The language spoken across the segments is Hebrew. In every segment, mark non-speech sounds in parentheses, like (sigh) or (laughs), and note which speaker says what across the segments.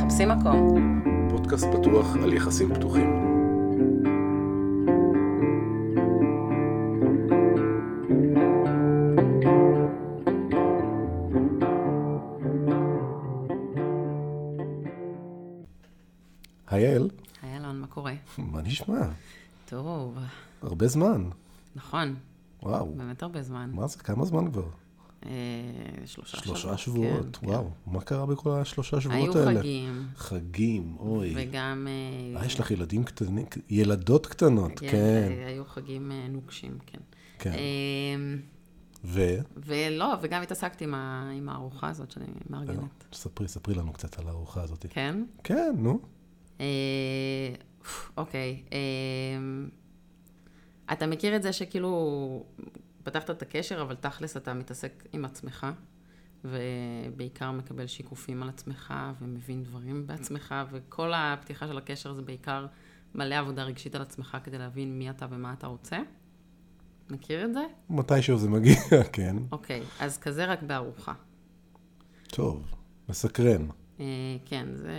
Speaker 1: תופסים מקום.
Speaker 2: פודקאסט פתוח על יחסים פתוחים. היי יעל,
Speaker 1: היי אלון, מה קורה?
Speaker 2: מה נשמע?
Speaker 1: טוב,
Speaker 2: הרבה זמן.
Speaker 1: נכון,
Speaker 2: וואו,
Speaker 1: באמת הרבה זמן.
Speaker 2: מה זה? כמה זמן כבר?
Speaker 1: אה, שלושה,
Speaker 2: שלושה שבועות,
Speaker 1: כן,
Speaker 2: וואו. מה קרה בכל השלושה
Speaker 1: כן. היו
Speaker 2: שבועות האלה?
Speaker 1: חגים,
Speaker 2: חגים, אוי.
Speaker 1: וגם... אה,
Speaker 2: אה, יש לך ילדים קטנים, ילדות קטנות,
Speaker 1: כן,
Speaker 2: כן.
Speaker 1: אה, היו חגים אה, נוקשים, כן.
Speaker 2: כן.
Speaker 1: אה,
Speaker 2: ו?
Speaker 1: ולא, וגם התעסקתי עם ה- עם הארוחה הזאת שאני
Speaker 2: אה, לא.
Speaker 1: מארגנת.
Speaker 2: ספרי, ספרי לנו קצת על הארוחה הזאת.
Speaker 1: כן?
Speaker 2: כן, נו.
Speaker 1: אה, אוקיי. אה, אתה מכיר את זה שכאילו פתחת את הקשר, אבל תכלס אתה מתעסק עם עצמך, ובעיקר מקבל שיקופים על עצמך, ומבין דברים בעצמך, וכל הפתיחה של הקשר זה בעיקר מלא עבודה רגשית על עצמך כדי להבין מי אתה ומה אתה רוצה. מכיר את זה?
Speaker 2: מתישהו זה מגיע, (laughs) כן.
Speaker 1: אוקיי, אז כזה רק בארוחה.
Speaker 2: טוב, מסקרן.
Speaker 1: אה, כן, זה,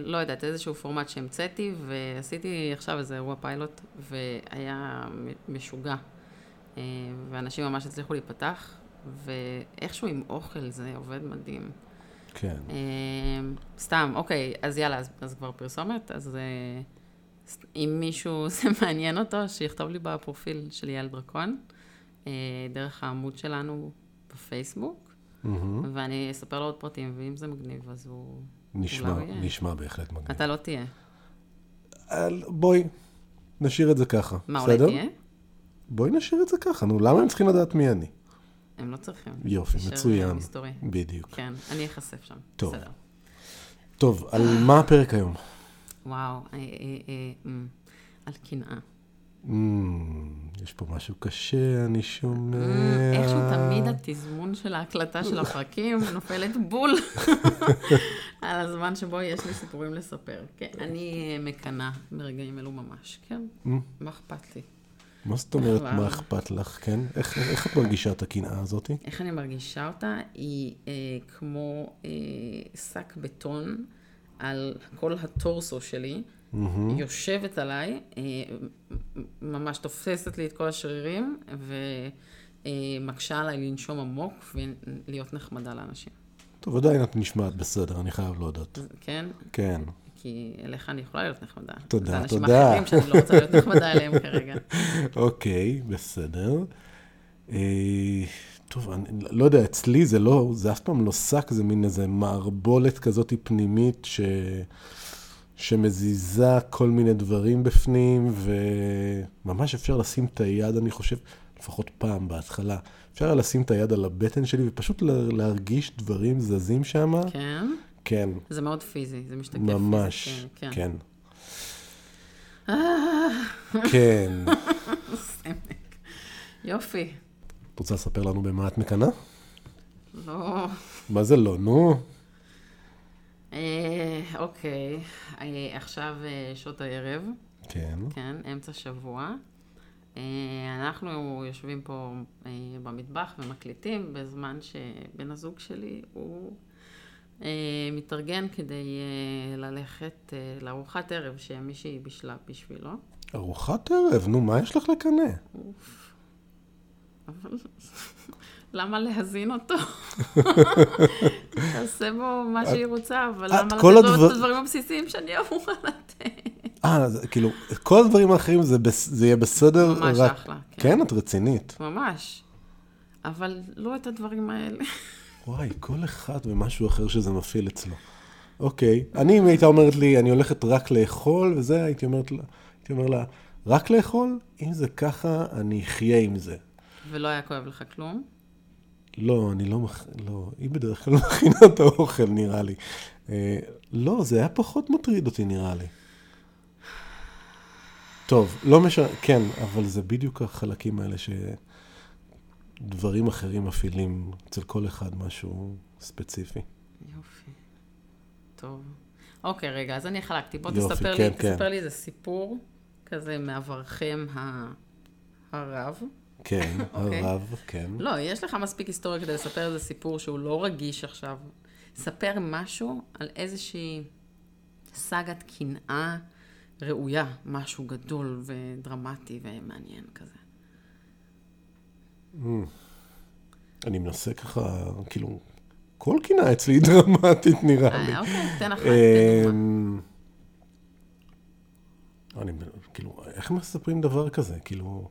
Speaker 1: לא יודעת, איזשהו פורמט שהמצאתי, ועשיתי עכשיו איזה אירוע פיילוט, והיה מ- משוגע. אה, ואנשים ממש הצליחו להיפתח, ואיכשהו עם אוכל זה עובד מדהים.
Speaker 2: כן.
Speaker 1: אה, סתם, אוקיי, אז יאללה, אז, אז כבר פרסומת, אז אה, ס- אם מישהו (laughs) זה מעניין אותו, שיכתוב לי בפרופיל של יעל דרקון, אה, דרך העמוד שלנו בפייסבוק,
Speaker 2: מהמם.
Speaker 1: ואני אספר לו עוד פרטים, ואם זה מגניב, אז הוא...
Speaker 2: נשמע,
Speaker 1: אולי הוא יהיה.
Speaker 2: נשמע בהחלט מגניב.
Speaker 1: אתה לא תהיה.
Speaker 2: אל- בואי, נשאיר את זה ככה.
Speaker 1: מה, אולי
Speaker 2: בסדר?
Speaker 1: תהיה?
Speaker 2: בואי נשאיר את זה ככה, נו, למה הם צריכים לדעת מי אני?
Speaker 1: הם לא צריכים.
Speaker 2: יופי,
Speaker 1: נשאר, אה,
Speaker 2: מצוין.
Speaker 1: מסתורי.
Speaker 2: בדיוק.
Speaker 1: כן, אני אחשף שם.
Speaker 2: טוב.
Speaker 1: בסדר.
Speaker 2: טוב, על מה הפרק היום?
Speaker 1: וואו, אה, אה, אה, אמ, על קנאה.
Speaker 2: אמ, Mm, יש פה משהו קשה, אני שומע.
Speaker 1: אמ, איכשהו תמיד התזמון של ההקלטה של
Speaker 2: (laughs)
Speaker 1: הפרקים נופלת בול (laughs) על הזמן שבו יש לי סיפורים לספר. כן, אני אה, מקנאה ברגעים אלו ממש, כן?
Speaker 2: אה.
Speaker 1: מה אכפת לי?
Speaker 2: מה זאת אומרת,
Speaker 1: וואו.
Speaker 2: מה אכפת לך, כן? איך- איך את מרגישה את הקנאה הזאתי?
Speaker 1: איך אני מרגישה אותה? היא אה, כמו אה, שק בטון על כל הטורסו שלי, mm-hmm. יושבת עליי, אה, מ- מ- ממש תופסת לי את כל השרירים, ומקשה עליי לנשום עמוק ולהיות נחמדה לאנשים.
Speaker 2: טוב, עדיין את נשמעת בסדר, אני חייב להודות.
Speaker 1: אז כן?
Speaker 2: כן.
Speaker 1: כי אליך אני יכולה להיות נחמדה.
Speaker 2: תודה,
Speaker 1: זה אנשים
Speaker 2: תודה.
Speaker 1: אחרים שאני לא רוצה להיות
Speaker 2: (laughs)
Speaker 1: נחמדה אליהם כרגע.
Speaker 2: אוקיי, בסדר. אה, טוב, אני לא יודע, אצלי זה לא, זה אף פעם לא שק, זה מין איזה מערבולת כזאת פנימית ש... שמזיזה כל מיני דברים בפנים, וממש אפשר לשים את היד, אני חושב, לפחות פעם בהתחלה, אפשר היה לשים את היד על הבטן שלי ופשוט לה- להרגיש דברים זזים שם. כן.
Speaker 1: כן?
Speaker 2: כן,
Speaker 1: זה מאוד פיזי, זה משתקף פיזית,
Speaker 2: ממש,
Speaker 1: כן.
Speaker 2: כן. אה. כן.
Speaker 1: יופי.
Speaker 2: את רוצה לספר לנו במה את מקנאה?
Speaker 1: לא.
Speaker 2: מה זה לא? נו,
Speaker 1: אה, אוקיי, אה, עכשיו אה, שעות הערב,
Speaker 2: כן.
Speaker 1: כן, אמצע שבוע. אה, אנחנו יושבים פה אה, במטבח ומקליטים בזמן שבן הזוג שלי הוא אה, מתארגן כדי אה, ללכת אה, לארוחת ערב שמישהי בישלה בשבילו.
Speaker 2: ארוחת ערב, נו, מה יש לך לקנא?
Speaker 1: אבל (laughs) למה להזין אותו? תעשה בו מה שהיא רוצה, אבל
Speaker 2: את
Speaker 1: למה לתת
Speaker 2: כל
Speaker 1: לו את
Speaker 2: הדבר-
Speaker 1: הדברים הבסיסיים שאני אמורה לתת?
Speaker 2: אה, זה כאילו, כל הדברים האחרים זה, בס... זה יהיה בסדר?
Speaker 1: ממש אחלה, כן.
Speaker 2: כן, את רצינית.
Speaker 1: ממש. אבל לא את הדברים האלה. (laughs)
Speaker 2: וואי, כל אחד ומשהו אחר שזה מפעיל אצלו. אוקיי. אני, אם הייתה אומרת לי, אני הולכת רק לאכול, וזה, הייתי, אומרת, לה- הייתי אומר לה, רק לאכול? אם זה ככה, אני אחיה עם זה.
Speaker 1: ולא היה כואב לך כלום.
Speaker 2: לא, אני לא מכ... לא, היא בדרך כלל (laughs) לא מכינה את האוכל, נראה לי. אה, לא, זה היה פחות מטריד אותי, נראה לי. טוב, לא משנה, כן, אבל זה בדיוק החלקים האלה שדברים אחרים מפעילים אצל כל אחד משהו ספציפי.
Speaker 1: יופי. טוב. אוקיי, רגע, אז אני חלקתי. בוא
Speaker 2: יופי,
Speaker 1: תספר
Speaker 2: כן,
Speaker 1: לי,
Speaker 2: כן.
Speaker 1: תספר לי איזה סיפור כזה מעברכם ה- הרב.
Speaker 2: כן,
Speaker 1: אוקיי.
Speaker 2: הרב, כן.
Speaker 1: לא, יש לך מספיק היסטוריה כדי לספר איזה סיפור שהוא לא רגיש עכשיו. ספר משהו על איזושהי סאגת קנאה ראויה, משהו גדול ודרמטי ומעניין כזה.
Speaker 2: אני מנסה ככה, כאילו, כל קינה אצלי היא דרמטית, נראה לי.
Speaker 1: אה, אוקיי, תן אחת, תן דוגמה.
Speaker 2: אמ, אני, כאילו, איך מספרים דבר כזה? כאילו,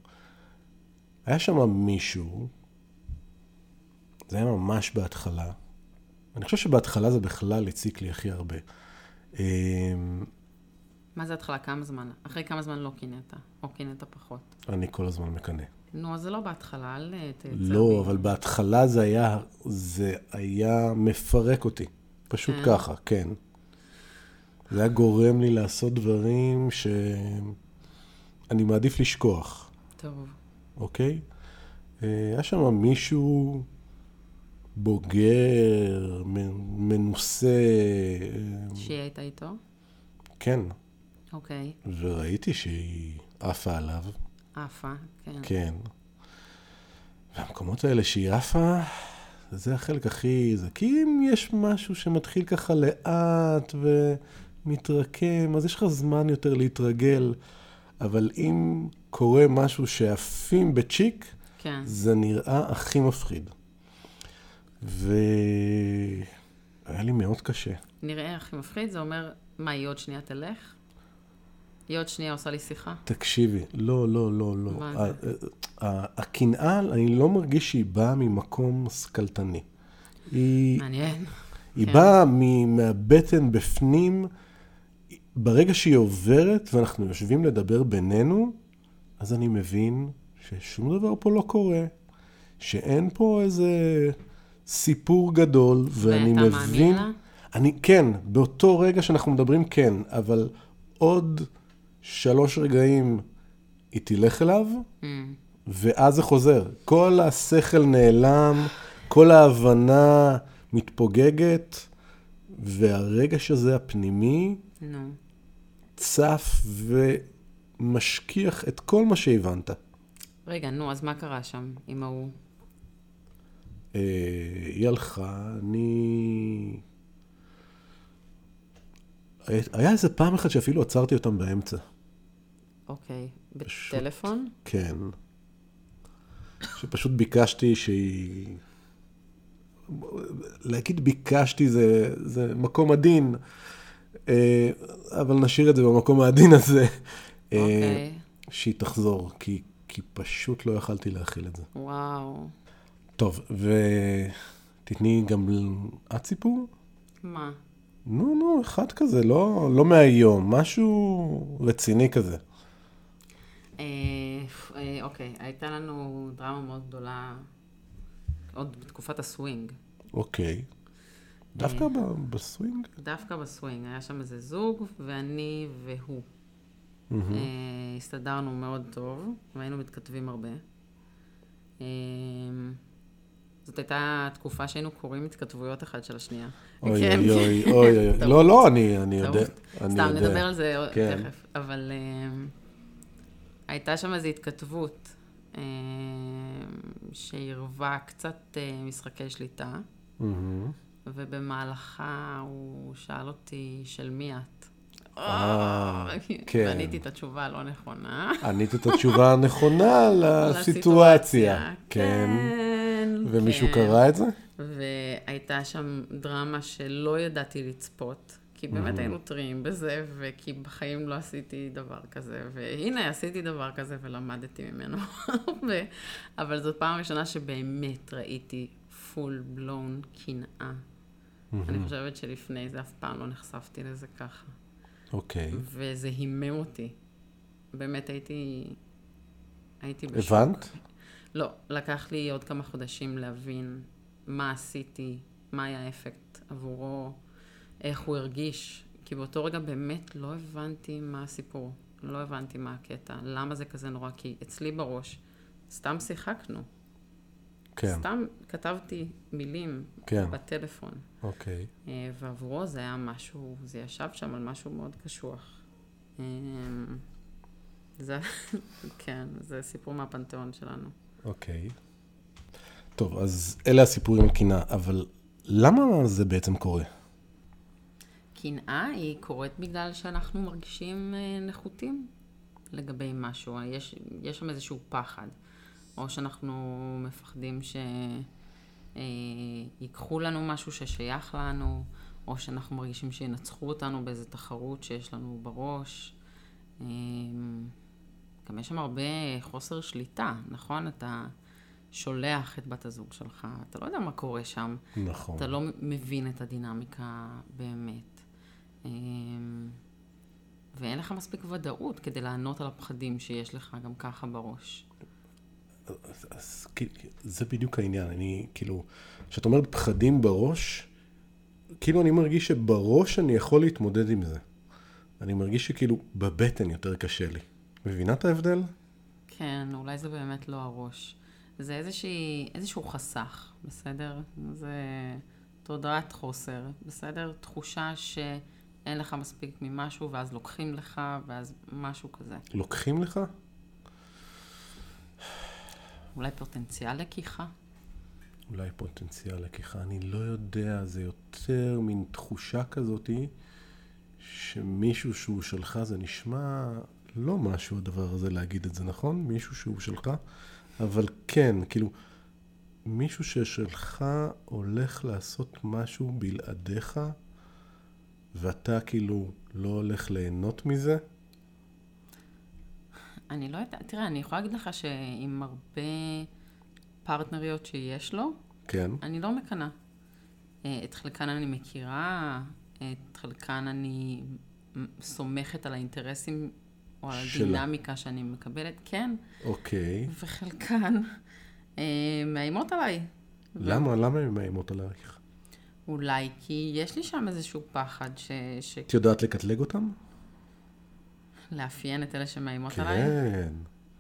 Speaker 2: היה שם מישהו, זה היה ממש בהתחלה. אני חושב שבהתחלה זה בכלל הציק לי הכי הרבה. אמ,
Speaker 1: מה זה התחלה? כמה זמן? אחרי כמה זמן לא קינאת, או קינאת פחות.
Speaker 2: אני כל הזמן מקנא.
Speaker 1: נו, אז זה לא בהתחלה, אל אה, תייצר
Speaker 2: לא,
Speaker 1: לי.
Speaker 2: אבל בהתחלה זה היה, זה היה מפרק אותי. פשוט
Speaker 1: כן.
Speaker 2: ככה, כן. זה היה גורם לי לעשות דברים ש... אני מעדיף לשכוח,
Speaker 1: טוב.
Speaker 2: אוקיי? אה, היה שם מישהו בוגר, מ- מנוסה, אה,
Speaker 1: שהיא הייתה איתו?
Speaker 2: כן.
Speaker 1: אוקיי.
Speaker 2: וראיתי שהיא עפה עליו,
Speaker 1: עפה, כן.
Speaker 2: כן. והמקומות האלה שהיא עפה, זה החלק הכי... זה כי אם יש משהו שמתחיל ככה לאט ומתרקם, אז יש לך זמן יותר להתרגל. אבל אם קורה משהו שעפים בצ'יק,
Speaker 1: כן.
Speaker 2: זה נראה הכי מפחיד. והיה לי מאוד קשה.
Speaker 1: נראה הכי מפחיד, זה אומר, מה, היא עוד שנייה תלך? היא עוד שנייה עושה לי שיחה?
Speaker 2: תקשיבי, לא, לא, לא, לא.
Speaker 1: מה
Speaker 2: ה- ה- הקנאה, אני לא מרגיש שהיא באה ממקום שכלתני. היא, (laughs)
Speaker 1: מעניין.
Speaker 2: היא
Speaker 1: כן.
Speaker 2: באה מ- מהבטן בפנים, ברגע שהיא עוברת ואנחנו יושבים לדבר בינינו, אז אני מבין ששום דבר פה לא קורה, שאין פה איזה סיפור גדול, ואני
Speaker 1: ואתה
Speaker 2: מבין...
Speaker 1: מאמין לה?
Speaker 2: אני, כן, באותו רגע שאנחנו מדברים, כן, אבל עוד שלוש רגעים היא תלך אליו,
Speaker 1: אמ,
Speaker 2: ואז זה חוזר. כל השכל נעלם, כל ההבנה מתפוגגת, והרגש הזה הפנימי
Speaker 1: נו.
Speaker 2: צף ומשכיח את כל מה שהבנת.
Speaker 1: רגע, נו, אז מה קרה שם עם ההוא?
Speaker 2: אה, היא הלכה, אני... היה איזה פעם אחת שאפילו עצרתי אותם באמצע.
Speaker 1: אוקיי.
Speaker 2: פשוט.
Speaker 1: בטלפון?
Speaker 2: כן. שפשוט ביקשתי שהיא... להגיד ביקשתי זה, זה מקום עדין, אה, אבל נשאיר את זה במקום העדין הזה. אה,
Speaker 1: אוקיי.
Speaker 2: שהיא תחזור, כי, כי פשוט לא יכלתי להכיל את זה.
Speaker 1: וואו.
Speaker 2: טוב, ותתני גם ל- את סיפור?
Speaker 1: מה?
Speaker 2: נו, נו, אחד כזה, לא, לא מהיום, משהו רציני כזה.
Speaker 1: אה, אה, אוקיי, הייתה לנו דרמה מאוד גדולה עוד בתקופת הסווינג.
Speaker 2: אוקיי. דווקא ב- בסווינג?
Speaker 1: דווקא בסווינג, היה שם איזה זוג, ואני והוא.
Speaker 2: מהמם.
Speaker 1: אה, הסתדרנו מאוד טוב, והיינו מתכתבים הרבה. אה, זאת הייתה תקופה שהיינו קוראים התכתבויות אחת של השנייה.
Speaker 2: אוי
Speaker 1: כן,
Speaker 2: אוי אוי
Speaker 1: כן.
Speaker 2: אוי
Speaker 1: (laughs)
Speaker 2: אוי,
Speaker 1: טעות,
Speaker 2: לא, לא, אני אני יודע,
Speaker 1: טעות.
Speaker 2: אני
Speaker 1: סתם,
Speaker 2: יודע.
Speaker 1: נדבר על זה
Speaker 2: כן.
Speaker 1: תכף. אבל אה, הייתה שם איזו התכתבות אה, שעירבה קצת אה, משחקי שליטה,
Speaker 2: מהמם.
Speaker 1: ובמהלכה הוא שאל אותי, של מי את?
Speaker 2: אה, (laughs) כן.
Speaker 1: ועניתי את התשובה הלא נכונה.
Speaker 2: ענית את התשובה
Speaker 1: (laughs)
Speaker 2: הנכונה לסיטואציה. כן. ומישהו
Speaker 1: כן.
Speaker 2: קרא את זה?
Speaker 1: והייתה שם דרמה שלא ידעתי לצפות, כי באמת היינו טריים בזה, וכי בחיים לא עשיתי דבר כזה, והנה עשיתי דבר כזה ולמדתי ממנו. (laughs) ו... אבל זאת פעם ראשונה שבאמת ראיתי פול בלון קנאה. אני חושבת שלפני זה אף פעם לא נחשפתי לזה ככה.
Speaker 2: אוקיי.
Speaker 1: וזה הימם אותי. באמת הייתי... הייתי בשוק.
Speaker 2: הבנת?
Speaker 1: לא, לקח לי עוד כמה חודשים להבין מה עשיתי, מה היה האפקט עבורו, איך הוא הרגיש. כי באותו רגע באמת לא הבנתי מה הסיפור, לא הבנתי מה הקטע, למה זה כזה נורא, כי אצלי בראש סתם שיחקנו,
Speaker 2: כן,
Speaker 1: סתם כתבתי מילים
Speaker 2: כן.
Speaker 1: בטלפון,
Speaker 2: אוקיי.
Speaker 1: אה, ועבורו זה היה משהו, זה ישב שם על משהו מאוד קשוח. אה, זה, (laughs) כן, זה סיפור מהפנתיאון שלנו.
Speaker 2: אוקיי. טוב, אז אלה הסיפורים על קנאה, אבל למה זה בעצם קורה?
Speaker 1: קנאה היא קורית בגלל שאנחנו מרגישים אה, נחותים לגבי משהו. יש, יש שם איזשהו פחד. או שאנחנו מפחדים שיקחו לנו משהו ששייך לנו, או שאנחנו מרגישים שינצחו אותנו באיזו תחרות שיש לנו בראש. אה, גם יש שם הרבה חוסר שליטה, נכון? אתה שולח את בת הזוג שלך, אתה לא יודע מה קורה שם.
Speaker 2: נכון.
Speaker 1: אתה לא מבין את הדינמיקה באמת. אמ, ואין לך מספיק ודאות כדי לענות על הפחדים שיש לך גם ככה בראש.
Speaker 2: אז, אז כי- כי- זה בדיוק העניין, אני כאילו, כשאת אומרת פחדים בראש, כאילו אני מרגיש שבראש אני יכול להתמודד עם זה. אני מרגיש שכאילו בבטן יותר קשה לי. מבינה את ההבדל?
Speaker 1: כן, אולי זה באמת לא הראש. זה איזושהי, איזשהו חסך, בסדר? זה תודעת חוסר, בסדר? תחושה שאין לך מספיק ממשהו, ואז לוקחים לך, ואז משהו כזה.
Speaker 2: לוקחים לך?
Speaker 1: אולי פוטנציאל לקיחה?
Speaker 2: אולי פוטנציאל לקיחה, אני לא יודע, זה יותר מין תחושה כזאתי שמישהו שהוא שלך זה נשמע לא משהו הדבר הזה להגיד את זה, נכון? מישהו שהוא שלך, אבל כן, כאילו, מישהו ששלך הולך לעשות משהו בלעדיך ואתה כאילו לא הולך ליהנות מזה,
Speaker 1: אני לא יודעת, תראה, אני יכולה להגיד לך שעם הרבה פרטנריות שיש לו,
Speaker 2: כן,
Speaker 1: אני לא מקנאה. אה, את חלקן אני מכירה, את חלקן אני מ- סומכת על האינטרסים או על
Speaker 2: שלה.
Speaker 1: הדינמיקה שאני מקבלת, כן,
Speaker 2: אוקיי.
Speaker 1: וחלקן אה, מאיימות עליי.
Speaker 2: למה, למה הן מאיימות עלייך?
Speaker 1: אולי כי יש לי שם איזשהו פחד ש... ש...
Speaker 2: את יודעת לקטלג אותם?
Speaker 1: לאפיין את אלה שמאיימות עליי.
Speaker 2: כן,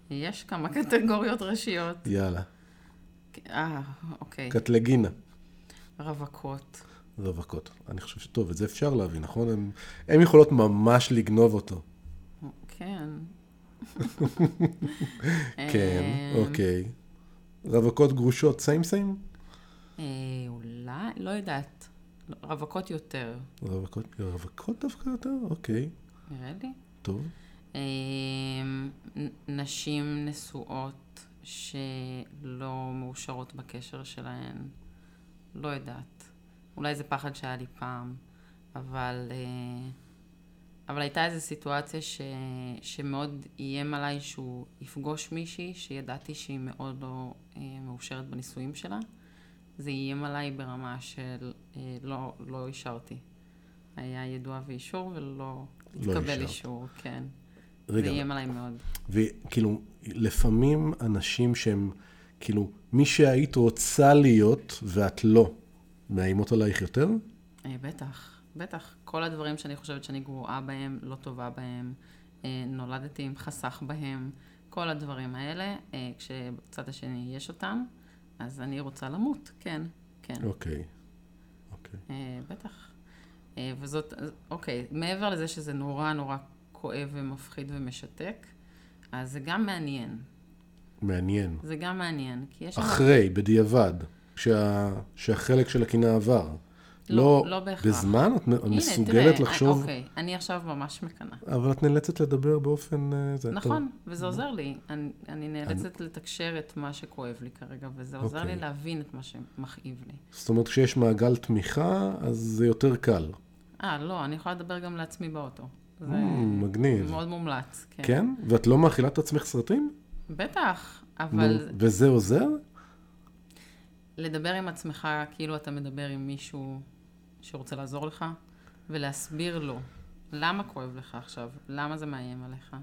Speaker 1: יש כמה קטגוריות ראשיות.
Speaker 2: יאללה,
Speaker 1: אה, אוקיי.
Speaker 2: כן. קטלגינה.
Speaker 1: רווקות.
Speaker 2: רווקות. אני חושב שטוב, את זה אפשר להבין, נכון? הם, הם יכולות ממש לגנוב אותו.
Speaker 1: כן.
Speaker 2: כן,
Speaker 1: אמ,
Speaker 2: אוקיי. רווקות גרושות, סיים סיים?
Speaker 1: אה, אולי, לא יודעת. לא, רווקות יותר,
Speaker 2: רווקות, רווקות דווקא יותר? אוקיי,
Speaker 1: נראה לי.
Speaker 2: טוב.
Speaker 1: אה, אמ, נ- נשים נשואות שלא מאושרות בקשר שלהן, לא יודעת. אולי זה פחד שהיה לי פעם, אבל... אה, אבל הייתה איזו סיטואציה ש... שמאוד איים עליי שהוא יפגוש מישהי שידעתי שהיא מאוד לא אה, מאושרת בנישואים שלה. זה איים עליי ברמה של אה, לא, לא אישרתי. היה ידוע ואישור ולא
Speaker 2: לא
Speaker 1: התקבל
Speaker 2: אישרת.
Speaker 1: אישור, כן. זה
Speaker 2: רגע,
Speaker 1: איים עליי מאוד.
Speaker 2: וכאילו, לפעמים אנשים שהם, כאילו, מי שהיית רוצה להיות ואת לא, מאיימות עלייך יותר?
Speaker 1: אה, בטח, בטח. כל הדברים שאני חושבת שאני גרועה בהם, לא טובה בהם, אה, נולדתי עם חסך בהם, כל הדברים האלה, אה, כשבצד השני יש אותם, אז אני רוצה למות, כן, כן,
Speaker 2: אוקיי. אוקיי.
Speaker 1: אה, בטח. אה, וזאת, אז, אוקיי, מעבר לזה שזה נורא נורא כואב ומפחיד ומשתק, אז זה גם מעניין.
Speaker 2: מעניין.
Speaker 1: זה גם מעניין, כי יש... שם-
Speaker 2: אחרי, בדיעבד, שה, שהחלק של הקנאה עבר.
Speaker 1: לא, לא בהכרח.
Speaker 2: בזמן את מ-
Speaker 1: הנה,
Speaker 2: מסוגלת
Speaker 1: תראה,
Speaker 2: לחשוב,
Speaker 1: אוקיי, אני עכשיו ממש מקנאה.
Speaker 2: אבל את נאלצת לדבר באופן... אה, זה,
Speaker 1: נכון, וזה עוזר לי. אני, אני נאלצת לתקשר את מה שכואב לי כרגע, וזה עוזר לי
Speaker 2: אוקיי.
Speaker 1: להבין את מה שמכאיב לי.
Speaker 2: טוב. זאת אומרת, כשיש מעגל תמיכה, אז זה יותר קל.
Speaker 1: אה, לא, אני יכולה לדבר גם לעצמי באוטו. זה
Speaker 2: מ, Mm, מגניב.
Speaker 1: מאוד מומלץ, כן.
Speaker 2: כן? ואת לא מאכילה את עצמך סרטים?
Speaker 1: בטח,
Speaker 2: נו,
Speaker 1: אבל
Speaker 2: וזה עוזר?
Speaker 1: לדבר עם עצמך כאילו אתה מדבר עם מישהו שרוצה לעזור לך, ולהסביר לו למה כואב לך עכשיו, למה זה מאיים עליך.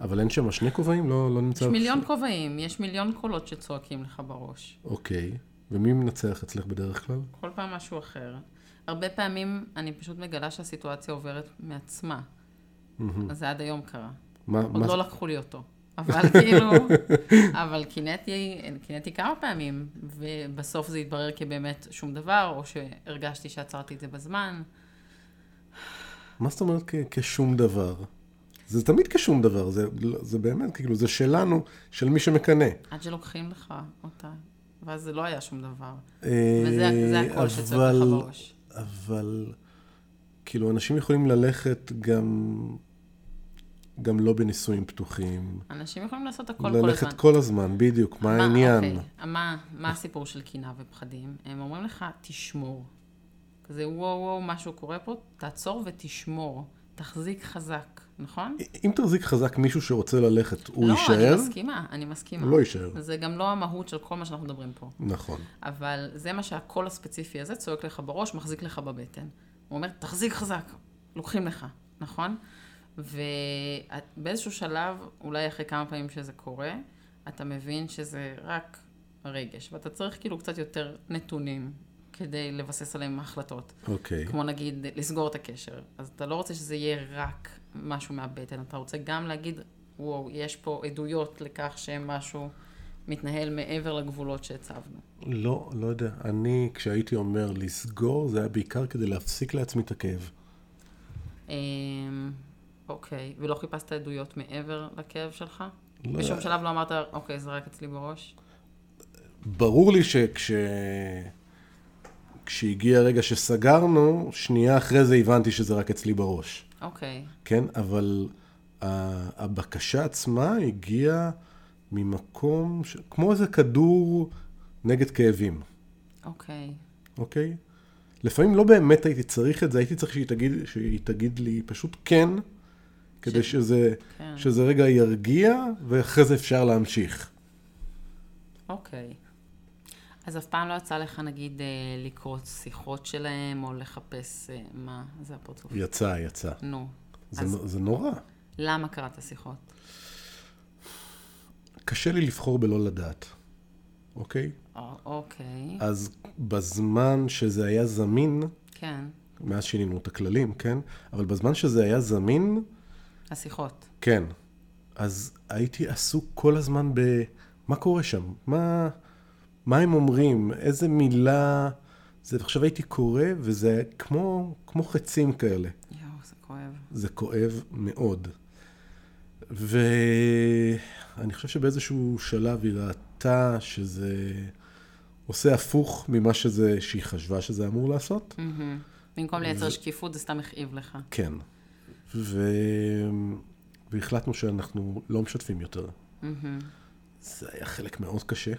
Speaker 2: אבל אין שם שני כובעים? לא, לא
Speaker 1: יש
Speaker 2: נמצא...
Speaker 1: מיליון כובעים, יש מיליון קולות שצועקים לך בראש.
Speaker 2: אוקיי. ומי מנצח אצלך בדרך כלל?
Speaker 1: כל פעם משהו אחר. הרבה פעמים אני פשוט מגלה שהסיטואציה עוברת מעצמה. אז זה עד היום קרה.
Speaker 2: מה,
Speaker 1: עוד
Speaker 2: מה...
Speaker 1: לא לקחו לי אותו. אבל
Speaker 2: (laughs)
Speaker 1: כאילו, אבל קינאתי, קינאתי כמה פעמים, ובסוף זה התברר כבאמת שום דבר, או שהרגשתי שעצרתי את זה בזמן.
Speaker 2: מה זאת אומרת כ- כשום דבר? זה תמיד כשום דבר, זה, זה באמת, כאילו, זה שלנו, של מי שמקנא.
Speaker 1: עד שלוקחים לך אותה, ואז זה לא היה שום דבר.
Speaker 2: אה,
Speaker 1: וזה זה הקול שצועק לך
Speaker 2: אבל-
Speaker 1: בראש.
Speaker 2: אבל כאילו, אנשים יכולים ללכת גם, גם לא בנישואים פתוחים.
Speaker 1: אנשים יכולים לעשות הכל כל
Speaker 2: ללכת
Speaker 1: הזמן.
Speaker 2: כל הזמן, בדיוק, מה העניין?
Speaker 1: אוקיי, מה, מה הסיפור של קנאה ופחדים? הם אומרים לך, תשמור. כזה וואו וואו, משהו קורה פה, תעצור ותשמור. תחזיק חזק, נכון?
Speaker 2: אם תחזיק חזק מישהו שרוצה ללכת, הוא
Speaker 1: לא,
Speaker 2: יישאר?
Speaker 1: אני מסכימה, אני מסכימה.
Speaker 2: הוא לא יישאר.
Speaker 1: זה גם לא המהות של כל מה שאנחנו מדברים פה.
Speaker 2: נכון.
Speaker 1: אבל זה מה שהקול הספציפי הזה צועק לך בראש, מחזיק לך בבטן. הוא אומר, תחזיק חזק, לוקחים לך, נכון? ובאיזשהו שלב, אולי אחרי כמה פעמים שזה קורה, אתה מבין שזה רק רגש, ואתה צריך כאילו קצת יותר נתונים כדי לבסס עליהם החלטות.
Speaker 2: אוקיי.
Speaker 1: כמו נגיד, לסגור את הקשר. אז אתה לא רוצה שזה יהיה רק משהו מהבטן, אתה רוצה גם להגיד, וואו, יש פה עדויות לכך שמשהו מתנהל מעבר לגבולות שהצבנו.
Speaker 2: לא, לא יודע. אני, כשהייתי אומר לסגור, זה היה בעיקר כדי להפסיק לעצמי את הכאב.
Speaker 1: אמ, אוקיי, ולא חיפשת עדויות מעבר לכאב שלך?
Speaker 2: לא.
Speaker 1: בשום שלב לא אמרת, אוקיי, זה רק אצלי בראש?
Speaker 2: ברור לי שכש... כשהגיע הרגע שסגרנו, שנייה אחרי זה הבנתי שזה רק אצלי בראש.
Speaker 1: אוקיי,
Speaker 2: כן, אבל ה- הבקשה עצמה הגיעה ממקום, ש... כמו איזה כדור נגד כאבים,
Speaker 1: אוקיי.
Speaker 2: אוקיי? לפעמים לא באמת הייתי צריך את זה, הייתי צריך שהיא תגיד, שהיא תגיד לי פשוט כן, כדי
Speaker 1: ש-
Speaker 2: שזה,
Speaker 1: כן.
Speaker 2: שזה רגע ירגיע, ואחרי זה אפשר להמשיך.
Speaker 1: אוקיי. אז אף פעם לא יצא לך, נגיד, אה, לקרוא שיחות שלהם, או לחפש, אה, מה, זה הפרצוף.
Speaker 2: יצא, יצא.
Speaker 1: נו,
Speaker 2: זה,
Speaker 1: אז
Speaker 2: נו- זה נורא.
Speaker 1: למה קראת שיחות?
Speaker 2: קשה לי לבחור בלא לדעת, אוקיי?
Speaker 1: או- אוקיי,
Speaker 2: אז בזמן שזה היה זמין,
Speaker 1: כן,
Speaker 2: מאז שינינו את הכללים, כן? אבל בזמן שזה היה זמין,
Speaker 1: השיחות.
Speaker 2: כן. אז הייתי עסוק כל הזמן ב... מה קורה שם? מה, מה הם אומרים? איזה מילה... זה, עכשיו הייתי קורא, וזה כמו, כמו חצים כאלה.
Speaker 1: יואו, זה כואב.
Speaker 2: זה כואב מאוד. ואני חושב שבאיזשהו שלב היא ראתה שזה עושה הפוך ממה שזה, שהיא חשבה שזה אמור לעשות.
Speaker 1: מהמם. במקום לייצר שקיפות, זה סתם הכאיב לך.
Speaker 2: כן. ו... והחלטנו שאנחנו לא משתפים יותר.
Speaker 1: מהמם.
Speaker 2: זה היה חלק מאוד קשה,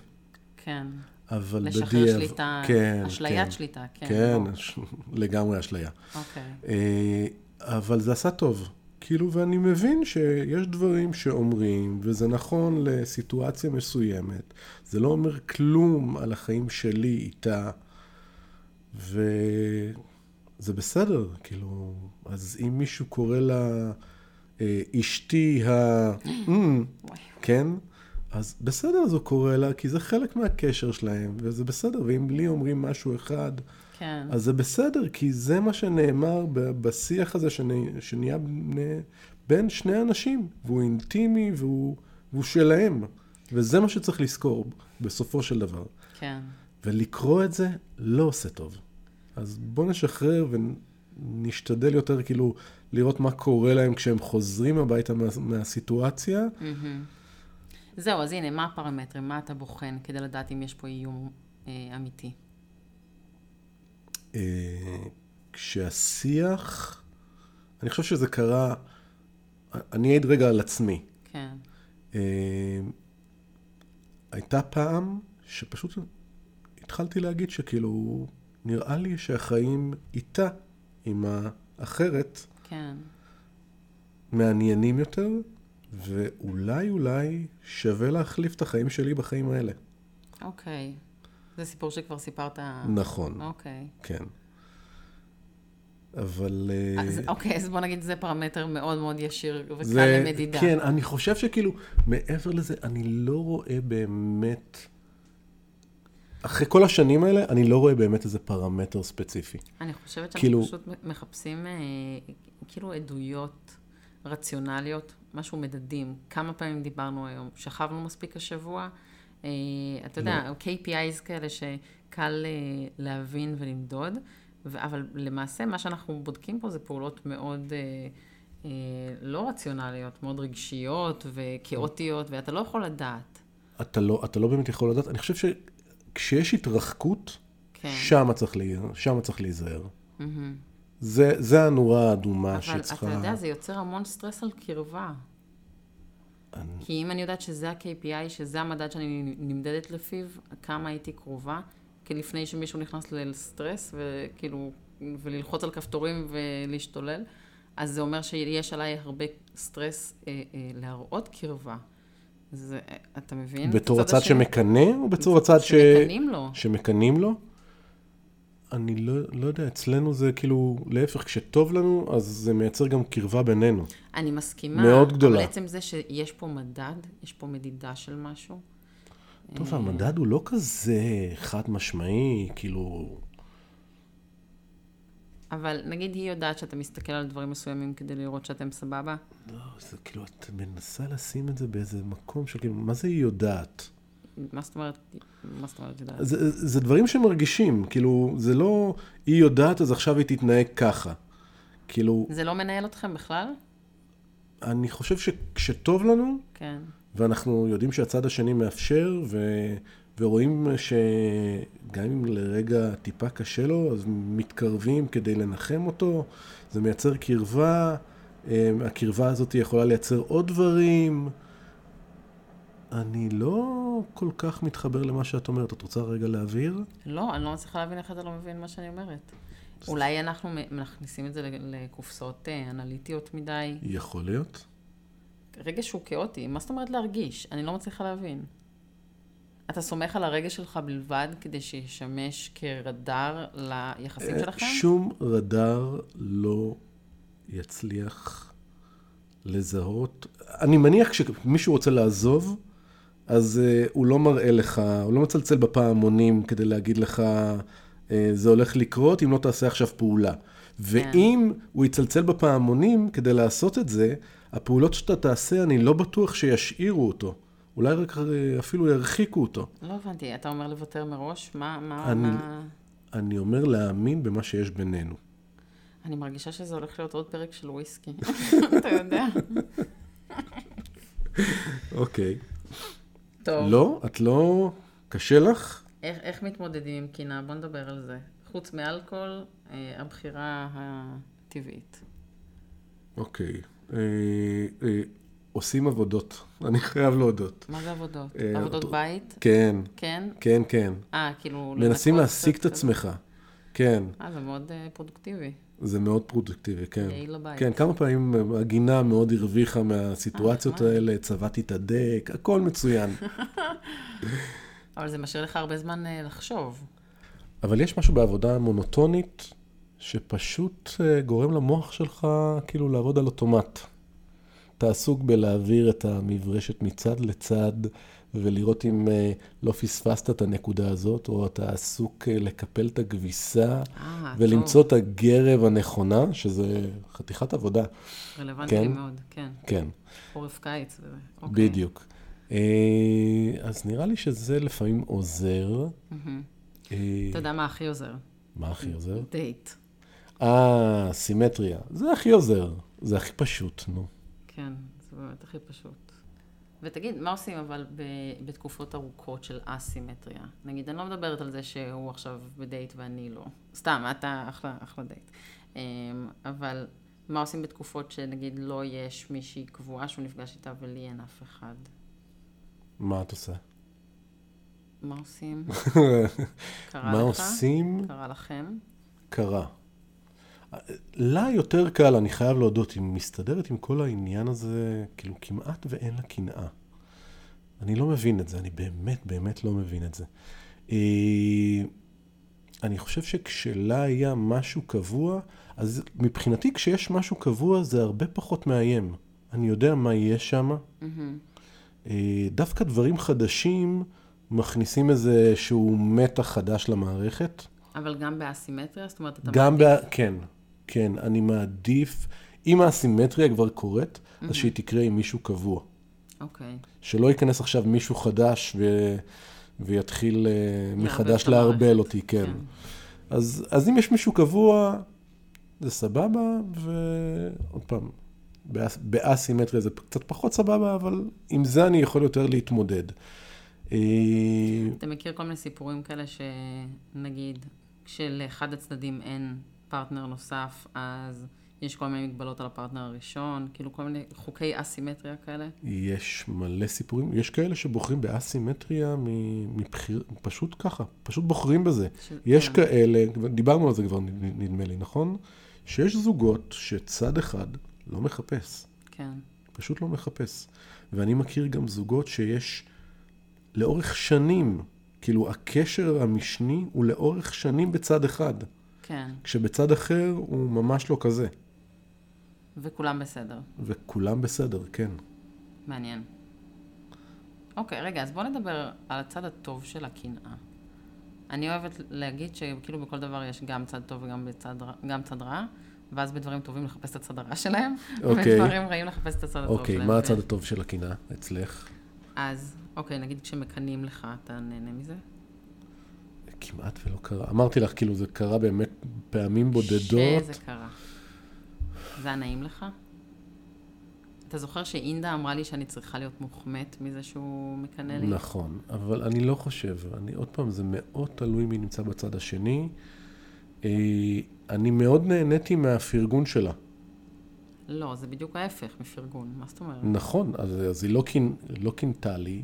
Speaker 1: כן.
Speaker 2: אבל בדיעבד...
Speaker 1: לשחרר שליטה,
Speaker 2: כן,
Speaker 1: אשליית
Speaker 2: כן.
Speaker 1: שליטה, כן.
Speaker 2: כן,
Speaker 1: ברור.
Speaker 2: ש... לגמרי אשליה.
Speaker 1: אוקיי.
Speaker 2: אה, אבל זה עשה טוב. כאילו, ואני מבין שיש דברים שאומרים, וזה נכון לסיטואציה מסוימת. זה לא אומר כלום על החיים שלי איתה, וזה בסדר, כאילו. אז אם מישהו קורא לה אה, אשתי ה... אמ,
Speaker 1: וואי.
Speaker 2: כן? אז בסדר, אז הוא קורא לה, כי זה חלק מהקשר שלהם, וזה בסדר. ואם לי אומרים משהו אחד,
Speaker 1: כן.
Speaker 2: אז זה בסדר, כי זה מה שנאמר ב- בשיח הזה שנ- שנהיה בני- בין שני אנשים, והוא אינטימי והוא, והוא שלהם, וזה מה שצריך לזכור בסופו של דבר.
Speaker 1: כן.
Speaker 2: ולקרוא את זה לא עושה טוב. אז בואו נשחרר ונשתדל יותר כאילו לראות מה קורה להם כשהם חוזרים הביתה מה, מהסיטואציה.
Speaker 1: מהמם. זהו, אז הנה, מה הפרמטרים? מה אתה בוחן כדי לדעת אם יש פה איום אה, אמיתי?
Speaker 2: אה, כשהשיח, אני חושב שזה קרה, אני אעיד רגע על עצמי.
Speaker 1: כן.
Speaker 2: אה, הייתה פעם שפשוט התחלתי להגיד שכאילו, נראה לי שהחיים איתה, עם האחרת,
Speaker 1: כן.
Speaker 2: מעניינים יותר, ואולי אולי שווה להחליף את החיים שלי בחיים האלה.
Speaker 1: אוקיי. זה סיפור שכבר סיפרת.
Speaker 2: נכון,
Speaker 1: אוקיי.
Speaker 2: כן. אבל... אה,
Speaker 1: אז, אוקיי, אז בוא נגיד, זה פרמטר מאוד מאוד ישיר וקל
Speaker 2: זה-
Speaker 1: למדידה.
Speaker 2: כן, אני חושב שכאילו, מעבר לזה, אני לא רואה באמת, אחרי כל השנים האלה, אני לא רואה באמת איזה פרמטר ספציפי.
Speaker 1: אני חושבת שאנחנו
Speaker 2: כאילו-
Speaker 1: פשוט מחפשים אה, כאילו עדויות רציונליות, משהו מדדים. כמה פעמים דיברנו היום? שכבנו מספיק השבוע? אה, אתה יודע, KPIs כאלה שקל אה, להבין ולמדוד, ו- אבל למעשה מה שאנחנו בודקים פה זה פעולות מאוד אה, אה, לא רציונליות, מאוד רגשיות וכאוטיות, ואתה לא יכול לדעת.
Speaker 2: אתה לא, אתה לא באמת יכול לדעת, אני חושב שכשיש התרחקות,
Speaker 1: כן.
Speaker 2: שם צריך, לה- שם צריך להיזהר.
Speaker 1: מהמם.
Speaker 2: זה, זה הנורה האדומה
Speaker 1: אבל
Speaker 2: שצריכה...
Speaker 1: אתה יודע, זה יוצר המון סטרס על קרבה. כי אם אני יודעת שזה ה-KPI, שזה המדד שאני נמדדת לפיו, כמה הייתי קרובה, כלפני שמישהו נכנס לסטרס, וכאילו, וללחוץ על כפתורים ולהשתולל, אז זה אומר שיש עליי הרבה סטרס אה, אה, להראות קרבה. זה, אה, אתה מבין?
Speaker 2: בתור
Speaker 1: הצד
Speaker 2: הצד
Speaker 1: השני-
Speaker 2: שמקנא, או בתור הצד ש...
Speaker 1: שמקנאים לו.
Speaker 2: שמקנאים לו? אני לא, לא יודע, אצלנו זה כאילו, להפך, כשטוב לנו, אז זה מייצר גם קרבה בינינו.
Speaker 1: אני מסכימה.
Speaker 2: מאוד גדולה.
Speaker 1: אבל עצם זה שיש פה מדד, יש פה מדידה של משהו,
Speaker 2: טוב, המדד הוא לא כזה חד משמעי, כאילו...
Speaker 1: אבל נגיד היא יודעת שאתה מסתכל על דברים מסוימים כדי לראות שאתם סבבה,
Speaker 2: לא, זה כאילו, את מנסה לשים את זה באיזה מקום של כאילו, מה זה היא יודעת?
Speaker 1: מה זאת אומרת, מה זאת אומרת יודעת?
Speaker 2: זה, זה דברים שמרגישים, כאילו, זה לא היא יודעת, אז עכשיו היא תתנהג ככה. כאילו,
Speaker 1: זה לא מנהל אתכם בכלל?
Speaker 2: אני חושב שכשטוב לנו,
Speaker 1: כן.
Speaker 2: ואנחנו יודעים שהצד השני מאפשר, ו... ורואים שגם אם לרגע טיפה קשה לו, אז מתקרבים כדי לנחם אותו, זה מייצר קרבה, אמ, הקרבה הזאת יכולה לייצר עוד דברים. אני לא כל כך מתחבר למה שאת אומרת, את רוצה רגע להבהיר?
Speaker 1: לא, אני לא מצליחה להבין איך אתה לא מבין מה שאני אומרת. אולי אנחנו מ- מכניסים את זה ל- לקופסאות אה, אנליטיות מדי.
Speaker 2: יכול להיות.
Speaker 1: רגש הוא כאוטי, מה זאת אומרת להרגיש? אני לא מצליחה להבין. אתה סומך על הרגש שלך בלבד כדי שישמש כרדאר ליחסים
Speaker 2: אה,
Speaker 1: שלכם?
Speaker 2: שום רדאר לא יצליח לזהות. אני מניח שמישהו רוצה לעזוב, אז uh, הוא לא מראה לך, הוא לא מצלצל בפעמונים כדי להגיד לך, uh, זה הולך לקרות אם לא תעשה עכשיו פעולה. ואם הוא יצלצל בפעמונים כדי לעשות את זה, הפעולות שאתה תעשה, אני לא בטוח שישאירו אותו. אולי רק אה, אפילו ירחיקו אותו.
Speaker 1: לא הבנתי, אתה אומר לוותר מראש? מה, מה,
Speaker 2: אני-
Speaker 1: מה...
Speaker 2: אני אומר להאמין במה שיש בינינו.
Speaker 1: אני מרגישה שזה הולך להיות עוד פרק של
Speaker 2: (laughs)
Speaker 1: וויסקי. אתה יודע?
Speaker 2: אוקיי.
Speaker 1: טוב.
Speaker 2: לא? את לא... קשה לך?
Speaker 1: איך, איך מתמודדים עם קינה? בוא נדבר על זה. חוץ מאלכוהול, אה, הבחירה הטבעית.
Speaker 2: אוקיי. אה, אה, עושים עבודות, אני חייב להודות.
Speaker 1: מה זה עבודות?
Speaker 2: אה,
Speaker 1: עבודות
Speaker 2: אותו-
Speaker 1: בית?
Speaker 2: כן,
Speaker 1: כן?
Speaker 2: כן, כן.
Speaker 1: אה, כאילו...
Speaker 2: מנסים
Speaker 1: לנקות
Speaker 2: להעסיק את
Speaker 1: קצת כזה.
Speaker 2: עצמך. כן,
Speaker 1: אה, זה מאוד אה, פרודוקטיבי.
Speaker 2: זה מאוד פרודוקטיבי, כן.
Speaker 1: יעיל לבית.
Speaker 2: כן, כמה פעמים אה, הגינה מאוד הרוויחה מהסיטואציות
Speaker 1: נחמד.
Speaker 2: האלה, צבעתי את הדק, הכל מצוין.
Speaker 1: אבל זה משאיר לך הרבה זמן אה, לחשוב.
Speaker 2: אבל יש משהו בעבודה מונוטונית, שפשוט אה, גורם למוח שלך כאילו לעבוד על אוטומט. אתה עסוק בלהעביר את המברשת מצד לצד, ולראות אם אה, לא פספסת את הנקודה הזאת, או אתה עסוק אה, לקפל את הכביסה,
Speaker 1: אה,
Speaker 2: ולמצוא את הגרב הנכונה, שזה חתיכת עבודה,
Speaker 1: טוב. רלוונטי
Speaker 2: כן.
Speaker 1: מאוד, כן.
Speaker 2: כן.
Speaker 1: חורף קיץ וזה. אוקיי.
Speaker 2: בדיוק. אה, אז נראה לי שזה לפעמים עוזר.
Speaker 1: מהמם.
Speaker 2: אה,
Speaker 1: אתה יודע מה הכי עוזר?
Speaker 2: מה הכי עוזר?
Speaker 1: דייט.
Speaker 2: אה, סימטריה. זה הכי עוזר. זה הכי פשוט, נו.
Speaker 1: כן, זה באמת הכי פשוט. ותגיד, מה עושים אבל ב- בתקופות ארוכות של אסימטריה? נגיד, אני לא מדברת על זה שהוא עכשיו בדייט ואני לא. סתם, אתה אחלה, אחלה דייט. אמ, אבל מה עושים בתקופות שנגיד לא יש מישהי קבועה שהוא נפגש איתה ולי אין אף אחד?
Speaker 2: מה את עושה?
Speaker 1: מה
Speaker 2: (laughs)
Speaker 1: עושים? קרה
Speaker 2: מה
Speaker 1: לך?
Speaker 2: עושים?
Speaker 1: קרה לכם?
Speaker 2: קרה. לה יותר קל, אני חייב להודות, היא מסתדרת עם כל העניין הזה, כאילו כמעט ואין לה קנאה. אני לא מבין את זה, אני באמת באמת לא מבין את זה. אה, אני חושב שכשלה היה משהו קבוע, אז מבחינתי כשיש משהו קבוע זה הרבה פחות מאיים. אני יודע מה יהיה שם. אה, דווקא דברים חדשים מכניסים איזה שהוא מתח חדש למערכת.
Speaker 1: אבל גם באסימטריה? זאת אומרת, אתה...
Speaker 2: גם ב... כן, כן, אני מעדיף, אם האסימטריה כבר קורית,
Speaker 1: Mhm.
Speaker 2: אז שהיא תקרה עם מישהו קבוע.
Speaker 1: אוקיי.
Speaker 2: שלא ייכנס עכשיו מישהו חדש ו... ויתחיל אה,
Speaker 1: את
Speaker 2: מחדש
Speaker 1: המערכת.
Speaker 2: לערבל אותי, כן.
Speaker 1: כן.
Speaker 2: אז, אז אם יש מישהו קבוע, זה סבבה, ועוד פעם, באס... באסימטריה זה קצת פחות סבבה, אבל עם זה אני יכול יותר להתמודד. אה,
Speaker 1: אתה מכיר כל מיני סיפורים כאלה שנגיד, כשלאחד הצדדים אין פרטנר נוסף, אז יש כל מיני מגבלות על הפרטנר הראשון, כאילו כל מיני חוקי אסימטריה כאלה.
Speaker 2: יש מלא סיפורים, יש כאלה שבוחרים באסימטריה מ- מבחיר, פשוט ככה, פשוט בוחרים בזה.
Speaker 1: ש-
Speaker 2: יש
Speaker 1: כן.
Speaker 2: כאלה, דיברנו על זה כבר נ- נדמה לי, נכון? שיש זוגות שצד אחד לא מחפש.
Speaker 1: כן.
Speaker 2: פשוט לא מחפש. ואני מכיר גם זוגות שיש לאורך שנים, כאילו הקשר המשני הוא לאורך שנים בצד אחד,
Speaker 1: כן,
Speaker 2: כשבצד אחר הוא ממש לא כזה,
Speaker 1: וכולם בסדר.
Speaker 2: וכולם בסדר, כן.
Speaker 1: מעניין. אוקיי, רגע, אז בוא נדבר על הצד הטוב של הקנאה. אני אוהבת להגיד שכאילו בכל דבר יש גם צד טוב וגם בצד, רע- גם צד רע, ואז בדברים טובים לחפש את הצד הרע שלהם,
Speaker 2: אוקיי.
Speaker 1: ובדברים רעים לחפש את הצד הטוב כן.
Speaker 2: אוקיי,
Speaker 1: שלהם.
Speaker 2: מה
Speaker 1: ו-
Speaker 2: הצד הטוב של הקנאה אצלך?
Speaker 1: אז, אוקיי, נגיד כשמקנאים לך, אתה נהנה מזה?
Speaker 2: כמעט ולא קרה. אמרתי לך, כאילו, זה קרה באמת פעמים
Speaker 1: שזה
Speaker 2: בודדות.
Speaker 1: קרה. זה היה נעים לך? אתה זוכר שאינדה אמרה לי שאני צריכה להיות מוחמאת מזה שהוא מקנא לי?
Speaker 2: נכון, אבל אני לא חושב, אני עוד פעם, זה מאוד תלוי מי נמצא בצד השני. אה, אני מאוד נהניתי מהפרגון שלה.
Speaker 1: לא, זה בדיוק ההפך מפרגון, מה זאת אומרת?
Speaker 2: נכון, אז, אז היא לא, קינ, לא קינתה לי,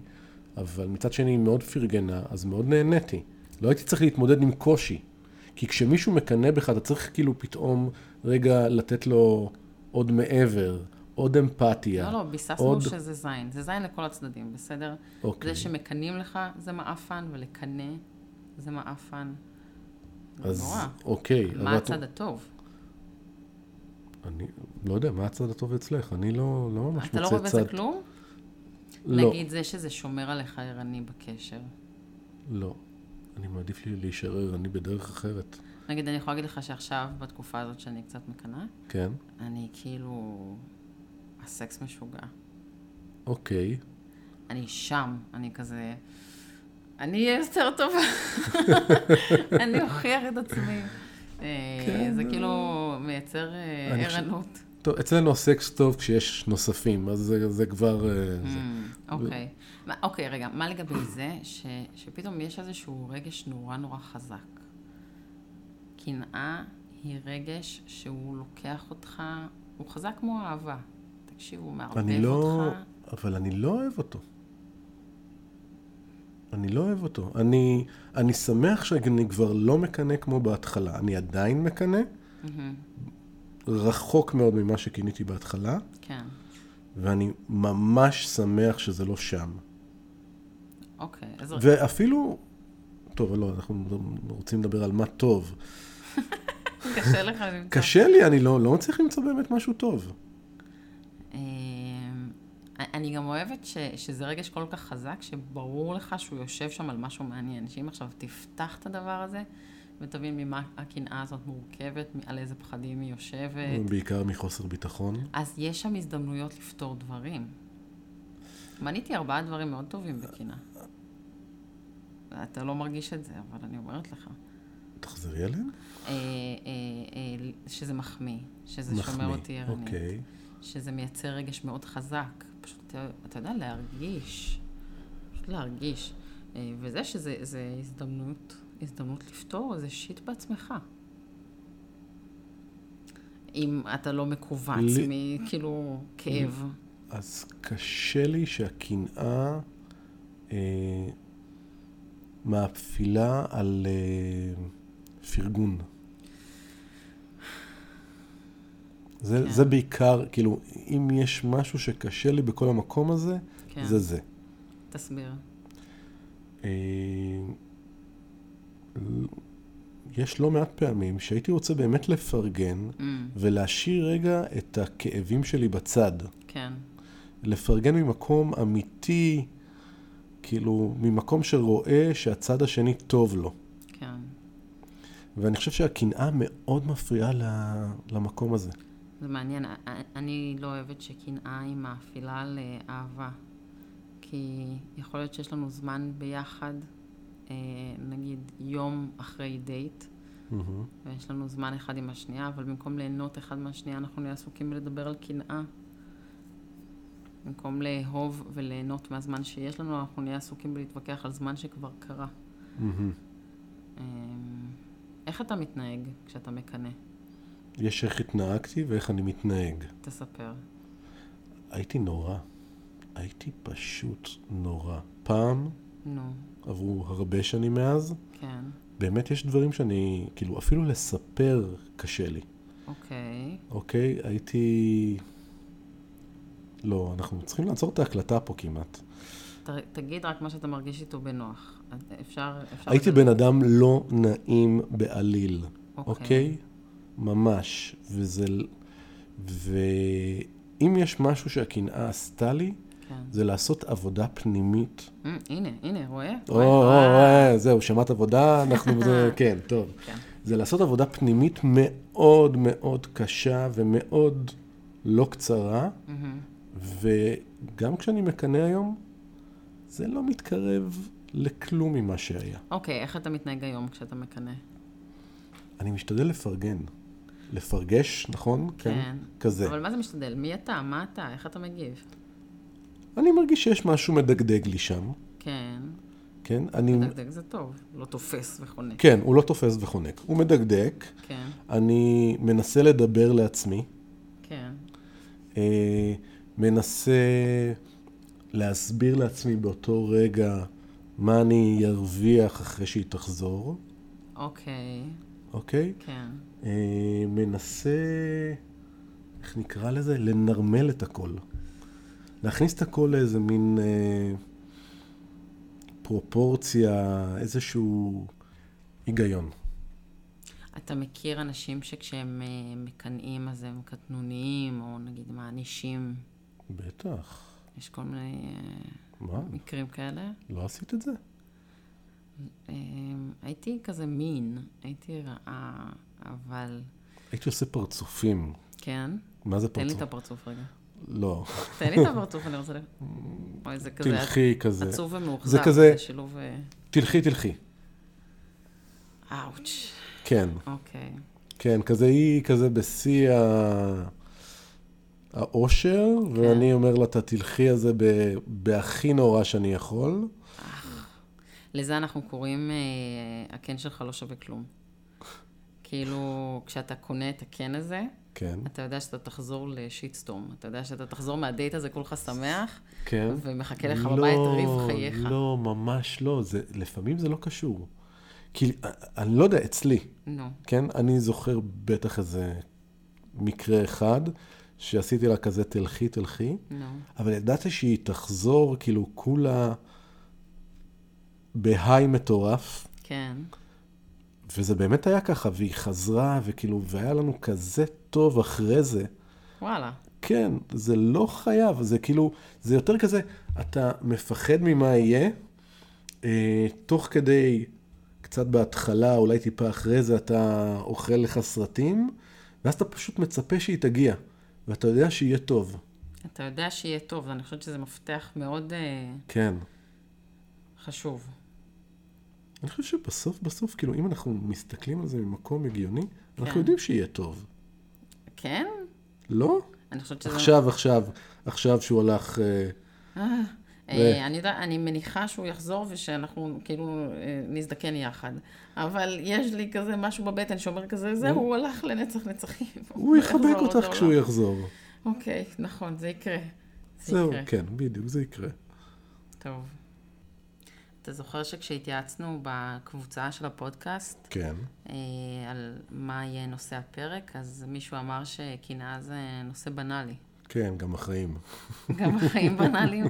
Speaker 2: אבל מצד שני היא מאוד פרגנה, אז מאוד נהניתי. לא הייתי צריך להתמודד עם קושי. כי כשמישהו מקנא בך, אתה צריך כאילו פתאום רגע לתת לו עוד מעבר, עוד אמפתיה.
Speaker 1: לא, לא, ביססנו
Speaker 2: עוד-
Speaker 1: שזה זין. זה זין לכל הצדדים, בסדר?
Speaker 2: אוקיי.
Speaker 1: זה שמקנאים לך זה מעפן, ולקנא זה מעפן. זה
Speaker 2: אז
Speaker 1: נורא.
Speaker 2: אוקיי.
Speaker 1: מה
Speaker 2: אבל
Speaker 1: הצד
Speaker 2: את...
Speaker 1: הטוב?
Speaker 2: אני לא יודע, מה הצד הטוב אצלך? אני לא, לא ממש
Speaker 1: אתה לא רואה
Speaker 2: מוצא
Speaker 1: בזה
Speaker 2: צד...
Speaker 1: כלום?
Speaker 2: לא,
Speaker 1: נגיד זה שזה שומר עליך ערני בקשר.
Speaker 2: לא. אני מעדיף לי להישאר ערני בדרך אחרת.
Speaker 1: נגיד, אני יכולה להגיד לך שעכשיו, בתקופה הזאת שאני קצת מקנאה,
Speaker 2: כן?
Speaker 1: אני כאילו... הסקס משוגע.
Speaker 2: אוקיי.
Speaker 1: אני שם, אני כזה... אני אהיה יותר טובה, (laughs) אני אוכיח את עצמי. אה,
Speaker 2: כן,
Speaker 1: זה
Speaker 2: אה.
Speaker 1: כאילו מייצר אה,
Speaker 2: אני חושב-
Speaker 1: ערנות.
Speaker 2: טוב, אצלנו הסקס טוב כשיש נוספים, אז זה, זה כבר... אה, זה.
Speaker 1: Mm, אוקיי. מה- אוקיי, רגע, מה לגבי (clears throat) זה ש- שפתאום יש איזשהו רגש נורא נורא חזק? קנאה היא רגש שהוא לוקח אותך, הוא חזק כמו אהבה. תקשיב, הוא מערבב
Speaker 2: אני לא...
Speaker 1: אותך.
Speaker 2: אבל אני לא אוהב אותו. אני לא אוהב אותו. אני, אני שמח שאני כבר לא מקנא כמו בהתחלה. אני עדיין מקנא,
Speaker 1: מהמם,
Speaker 2: רחוק מאוד ממה שקיניתי בהתחלה,
Speaker 1: כן,
Speaker 2: ואני ממש שמח שזה לא שם.
Speaker 1: אוקיי. אז
Speaker 2: ואפילו... טוב, לא, אנחנו רוצים לדבר על מה טוב.
Speaker 1: כן. קשה
Speaker 2: (laughs)
Speaker 1: לך למצוא.
Speaker 2: קשה לי, אני לא, לא מצליח למצוא באמת משהו טוב.
Speaker 1: אמ, אני גם אוהבת ש, שזה רגש כל כך חזק, שברור לך שהוא יושב שם על משהו מעניין. שאם עכשיו תפתח את הדבר הזה, ותבין ממה הקנאה הזאת מורכבת, מ- על איזה פחדים היא יושבת,
Speaker 2: בעיקר מחוסר ביטחון.
Speaker 1: אז יש שם הזדמנויות לפתור דברים. מניתי ארבעה דברים מאוד טובים בקנאה. אתה לא מרגיש את זה, אבל אני אומרת לך.
Speaker 2: תחזרי עליהם?
Speaker 1: אה, אה, אה, שזה מחמיא, שזה שומר
Speaker 2: מחמיא.
Speaker 1: אותי ערנית.
Speaker 2: אוקיי.
Speaker 1: שזה מייצר רגש מאוד חזק. פשוט, אתה- אתה יודע, להרגיש. פשוט להרגיש. אה, וזה שזה זה הזדמנות, הזדמנות לפתור איזה שיט בעצמך. אם אתה לא מכווץ
Speaker 2: ל-
Speaker 1: מכאילו כאב.
Speaker 2: אז קשה לי שהקנאה אה, מאפילה על אה, פרגון. זה,
Speaker 1: כן.
Speaker 2: זה בעיקר, כאילו, אם יש משהו שקשה לי בכל המקום הזה,
Speaker 1: כן,
Speaker 2: זה זה.
Speaker 1: תסביר.
Speaker 2: אה, יש לא מעט פעמים שהייתי רוצה באמת לפרגן
Speaker 1: Mm,
Speaker 2: ולהשאיר רגע את הכאבים שלי בצד.
Speaker 1: כן,
Speaker 2: לפרגן ממקום אמיתי, כאילו, ממקום שרואה שהצד השני טוב לו.
Speaker 1: כן.
Speaker 2: ואני חושב שהקנאה מאוד מפריעה ל- למקום הזה.
Speaker 1: זה מעניין, א- א- אני לא אוהבת שקנאה היא מאפילה לאהבה, כי יכול להיות שיש לנו זמן ביחד, אה, נגיד יום אחרי דייט,
Speaker 2: מהמם.
Speaker 1: ויש לנו זמן אחד עם השנייה, אבל במקום ליהנות אחד מהשנייה, אנחנו נהיה עסוקים בלדבר על קנאה. במקום לאהוב וליהנות מהזמן שיש לנו, אנחנו נהיה עסוקים בלהתווכח על זמן שכבר קרה.
Speaker 2: מהמם.
Speaker 1: אמ, איך אתה מתנהג כשאתה מקנא?
Speaker 2: יש איך התנהגתי ואיך אני מתנהג.
Speaker 1: תספר.
Speaker 2: הייתי נורא. הייתי פשוט נורא. פעם,
Speaker 1: נו,
Speaker 2: עברו הרבה שנים מאז,
Speaker 1: כן,
Speaker 2: באמת יש דברים שאני, כאילו, אפילו לספר קשה לי,
Speaker 1: אוקיי.
Speaker 2: אוקיי? הייתי... לא, אנחנו צריכים לעצור את ההקלטה פה כמעט.
Speaker 1: ת- תגיד רק מה שאתה מרגיש איתו בנוח. את- אפשר... אפשר
Speaker 2: הייתי
Speaker 1: לדבר.
Speaker 2: בן אדם לא נעים בעליל,
Speaker 1: אוקיי.
Speaker 2: אוקיי? ממש. וזה... ל- ואם יש משהו שהקנאה עשתה לי,
Speaker 1: כן.
Speaker 2: זה לעשות עבודה פנימית.
Speaker 1: אמ, הנה, הנה, רואה?
Speaker 2: או,
Speaker 1: רואה?
Speaker 2: או,
Speaker 1: וואו.
Speaker 2: או, זהו, שמעת עבודה, אנחנו...
Speaker 1: (laughs)
Speaker 2: בזה- כן, טוב.
Speaker 1: כן.
Speaker 2: זה לעשות עבודה פנימית מאוד מאוד קשה ומאוד לא קצרה,
Speaker 1: מהמם.
Speaker 2: וגם כשאני מקנא היום, זה לא מתקרב לכלום ממה שהיה.
Speaker 1: אוקיי, איך אתה מתנהג היום כשאתה מקנא?
Speaker 2: אני משתדל לפרגן. לפרגש, נכון?
Speaker 1: כן.
Speaker 2: כזה.
Speaker 1: אבל מה זה משתדל? מי אתה? מה אתה? איך אתה מגיב?
Speaker 2: אני מרגיש שיש משהו מדגדג לי שם,
Speaker 1: כן.
Speaker 2: כן? אני...
Speaker 1: דקדק זה טוב. לא תופס וחונק.
Speaker 2: כן, הוא לא תופס וחונק. הוא מדגדג,
Speaker 1: כן,
Speaker 2: אני מנסה לדבר לעצמי,
Speaker 1: כן.
Speaker 2: אה, מנסה להסביר לעצמי באותו רגע מה אני ארוויח אחרי שהיא תחזור,
Speaker 1: אוקיי,
Speaker 2: אוקיי?
Speaker 1: כן.
Speaker 2: אה, מנסה, איך נקרא לזה? לנרמל את הכל. להכניס את הכל לאיזה מין אה, פרופורציה, איזשהו היגיון.
Speaker 1: אתה מכיר אנשים שכשהם אה, מקנאים אז הם קטנוניים, או נגיד מענישים?
Speaker 2: בטח.
Speaker 1: יש כל מיני
Speaker 2: מה?
Speaker 1: אה, מקרים כאלה?
Speaker 2: לא עשית את זה?
Speaker 1: אה, הייתי כזה מין, הייתי רעה, אבל...
Speaker 2: הייתי עושה פרצופים.
Speaker 1: כן?
Speaker 2: מה זה
Speaker 1: תן לי
Speaker 2: פרצוף?
Speaker 1: את הפרצוף רגע.
Speaker 2: לא.
Speaker 1: תן לי את הפרצוף, אני רוצה ל... אוי, זה כזה
Speaker 2: תלכי כזה.
Speaker 1: עצוב ומאוכזב.
Speaker 2: זה כזה-
Speaker 1: זה שילוב... אה,
Speaker 2: תלכי, תלכי.
Speaker 1: אאוץ'.
Speaker 2: כן,
Speaker 1: אוקיי.
Speaker 2: כן, כזה היא כזה בשיא ה- האושר, ואני אומר לה, אתה תלכי על זה ב- בהכי נורא שאני יכול.
Speaker 1: לזה אנחנו קוראים, אה, הקן שלך לא שווה כלום. כאילו, כשאתה קונה את הקן הזה,
Speaker 2: כן,
Speaker 1: אתה יודע שאתה תחזור לשיטסטורם. אתה יודע שאתה תחזור מהדייט הזה כולך שמח,
Speaker 2: כן.
Speaker 1: ומחכה לך בבית ריב חייך.
Speaker 2: לא, ממש לא. זה, לפעמים זה לא קשור. כי אה, אני לא יודע, אצלי,
Speaker 1: נו,
Speaker 2: כן? אני זוכר בטח איזה מקרה אחד, שעשיתי לה כזה, תלכי, תלכי.
Speaker 1: נו.
Speaker 2: אבל ידעתי שהיא תחזור, כאילו, כולה בהיי מטורף,
Speaker 1: כן,
Speaker 2: וזה באמת היה ככה, והיא חזרה, וכאילו, והיה לנו כזה טוב אחרי זה.
Speaker 1: וואלה.
Speaker 2: כן, זה לא חייב, זה כאילו, זה יותר כזה, אתה מפחד ממה יהיה, אה, תוך כדי, קצת בהתחלה, אולי טיפה אחרי זה, אתה אוכל לך סרטים, ואז אתה פשוט מצפה שהיא תגיע, ואתה יודע שיהיה טוב.
Speaker 1: אתה יודע שיהיה טוב, אני חושבת שזה מפתח מאוד אה,
Speaker 2: כן.
Speaker 1: חשוב.
Speaker 2: אני חושב שבסוף בסוף, כאילו, אם אנחנו מסתכלים על זה ממקום הגיוני,
Speaker 1: כן.
Speaker 2: אנחנו יודעים שיהיה טוב.
Speaker 1: כן?
Speaker 2: לא?
Speaker 1: אני חושבת שזה...
Speaker 2: עכשיו, עכשיו, עכשיו שהוא הלך... אה,
Speaker 1: אה,
Speaker 2: ו-
Speaker 1: אה, אני יודע, אני מניחה שהוא יחזור ושאנחנו כאילו אה, נזדקן יחד. אבל יש לי כזה משהו בבטן שאומר כזה, זהו, הוא הלך לנצח נצחים.
Speaker 2: אוקיי. (laughs) הוא יחבק
Speaker 1: יחזור עוד
Speaker 2: אותך
Speaker 1: לעולם."
Speaker 2: כשהוא יחזור.
Speaker 1: אוקיי, נכון, זה יקרה. זה
Speaker 2: זהו,
Speaker 1: יקרה.
Speaker 2: כן, בדיוק, זה יקרה.
Speaker 1: טוב. אתה זוכר שכשהתייעצנו בקבוצה של הפודקאסט
Speaker 2: כן.
Speaker 1: אה, על מה יהיה נושא הפרק, אז מישהו אמר שקנאה זה נושא בנאלי.
Speaker 2: כן, גם אחראים.
Speaker 1: גם החיים בנאליים.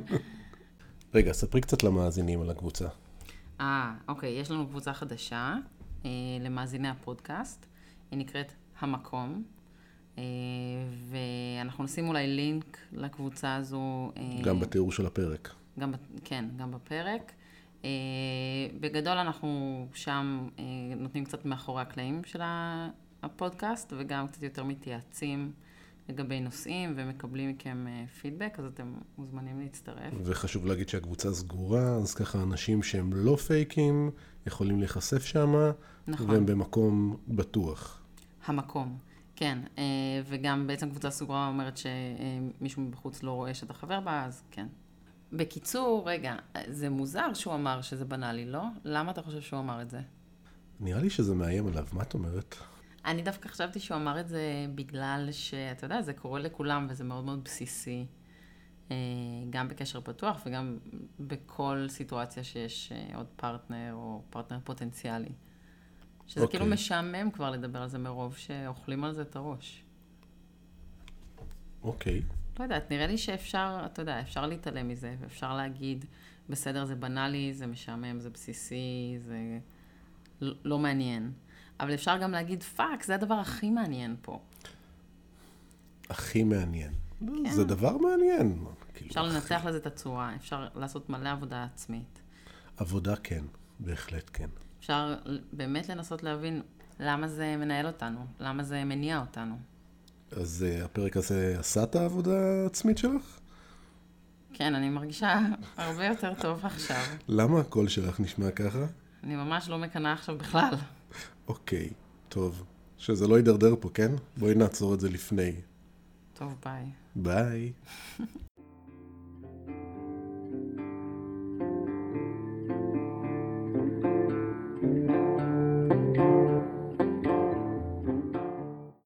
Speaker 2: רגע, ספרי קצת למאזינים על הקבוצה.
Speaker 1: (laughs) אה, אוקיי, יש לנו קבוצה חדשה אה, למאזיני הפודקאסט, היא נקראת המקום, אה, ואנחנו נשים אולי לינק לקבוצה הזו. אה,
Speaker 2: גם בתיאור של הפרק.
Speaker 1: גם, ב- כן, גם בפרק. אה, בגדול אנחנו שם אה, נותנים קצת מאחורי הקלעים של ה- הפודקאסט, וגם קצת יותר מתייעצים לגבי נושאים, ומקבלים מכם אה, פידבק, אז אתם מוזמנים להצטרף.
Speaker 2: וחשוב להגיד שהקבוצה סגורה, אז ככה אנשים שהם לא פייקים יכולים להיחשף שמה,
Speaker 1: נכון.
Speaker 2: והם במקום בטוח.
Speaker 1: המקום, כן. אה, וגם בעצם קבוצה סגורה אומרת שמישהו מבחוץ לא רואה שאתה חבר בה, אז כן. בקיצור, רגע, אה, זה מוזר שהוא אמר שזה בנאלי, לא? למה אתה חושב שהוא אמר את זה?
Speaker 2: נראה לי שזה מאיים עליו, מה את אומרת?
Speaker 1: אני דווקא חשבתי שהוא אמר את זה בגלל שאתה יודע, זה קורה לכולם וזה מאוד מאוד בסיסי. אה, גם בקשר פתוח וגם בכל סיטואציה שיש אה, עוד פרטנר או פרטנר פוטנציאלי. שזה
Speaker 2: אוקיי.
Speaker 1: כאילו משעמם כבר לדבר על זה מרוב שאוכלים על זה את הראש.
Speaker 2: אוקיי.
Speaker 1: לא יודעת, נראה לי שאפשר, אתה יודע, אפשר להתעלם מזה, ואפשר להגיד, בסדר, זה בנאלי, זה משעמם, זה בסיסי, זה לא לא מעניין. אבל אפשר גם להגיד, פאק, זה הדבר הכי מעניין פה.
Speaker 2: הכי מעניין. זה דבר מעניין. כאילו,
Speaker 1: כן. אפשר לנצח לזה את הצורה, אפשר לעשות מלא עבודה עצמית.
Speaker 2: עבודה כן, בהחלט כן.
Speaker 1: אפשר ל- באמת לנסות להבין למה זה מנהל אותנו, למה זה מניע אותנו.
Speaker 2: אז אה, הפרק הזה עשה את העבודה העצמית שלך?
Speaker 1: כן, אני מרגישה (laughs) הרבה יותר טוב עכשיו.
Speaker 2: למה הקול שלך נשמע ככה?
Speaker 1: אני ממש לא מקנאה עכשיו בכלל.
Speaker 2: אוקיי, טוב. שזה לא יידרדר פה, כן? בואי נעצור את זה לפני.
Speaker 1: טוב, ביי.
Speaker 2: ביי.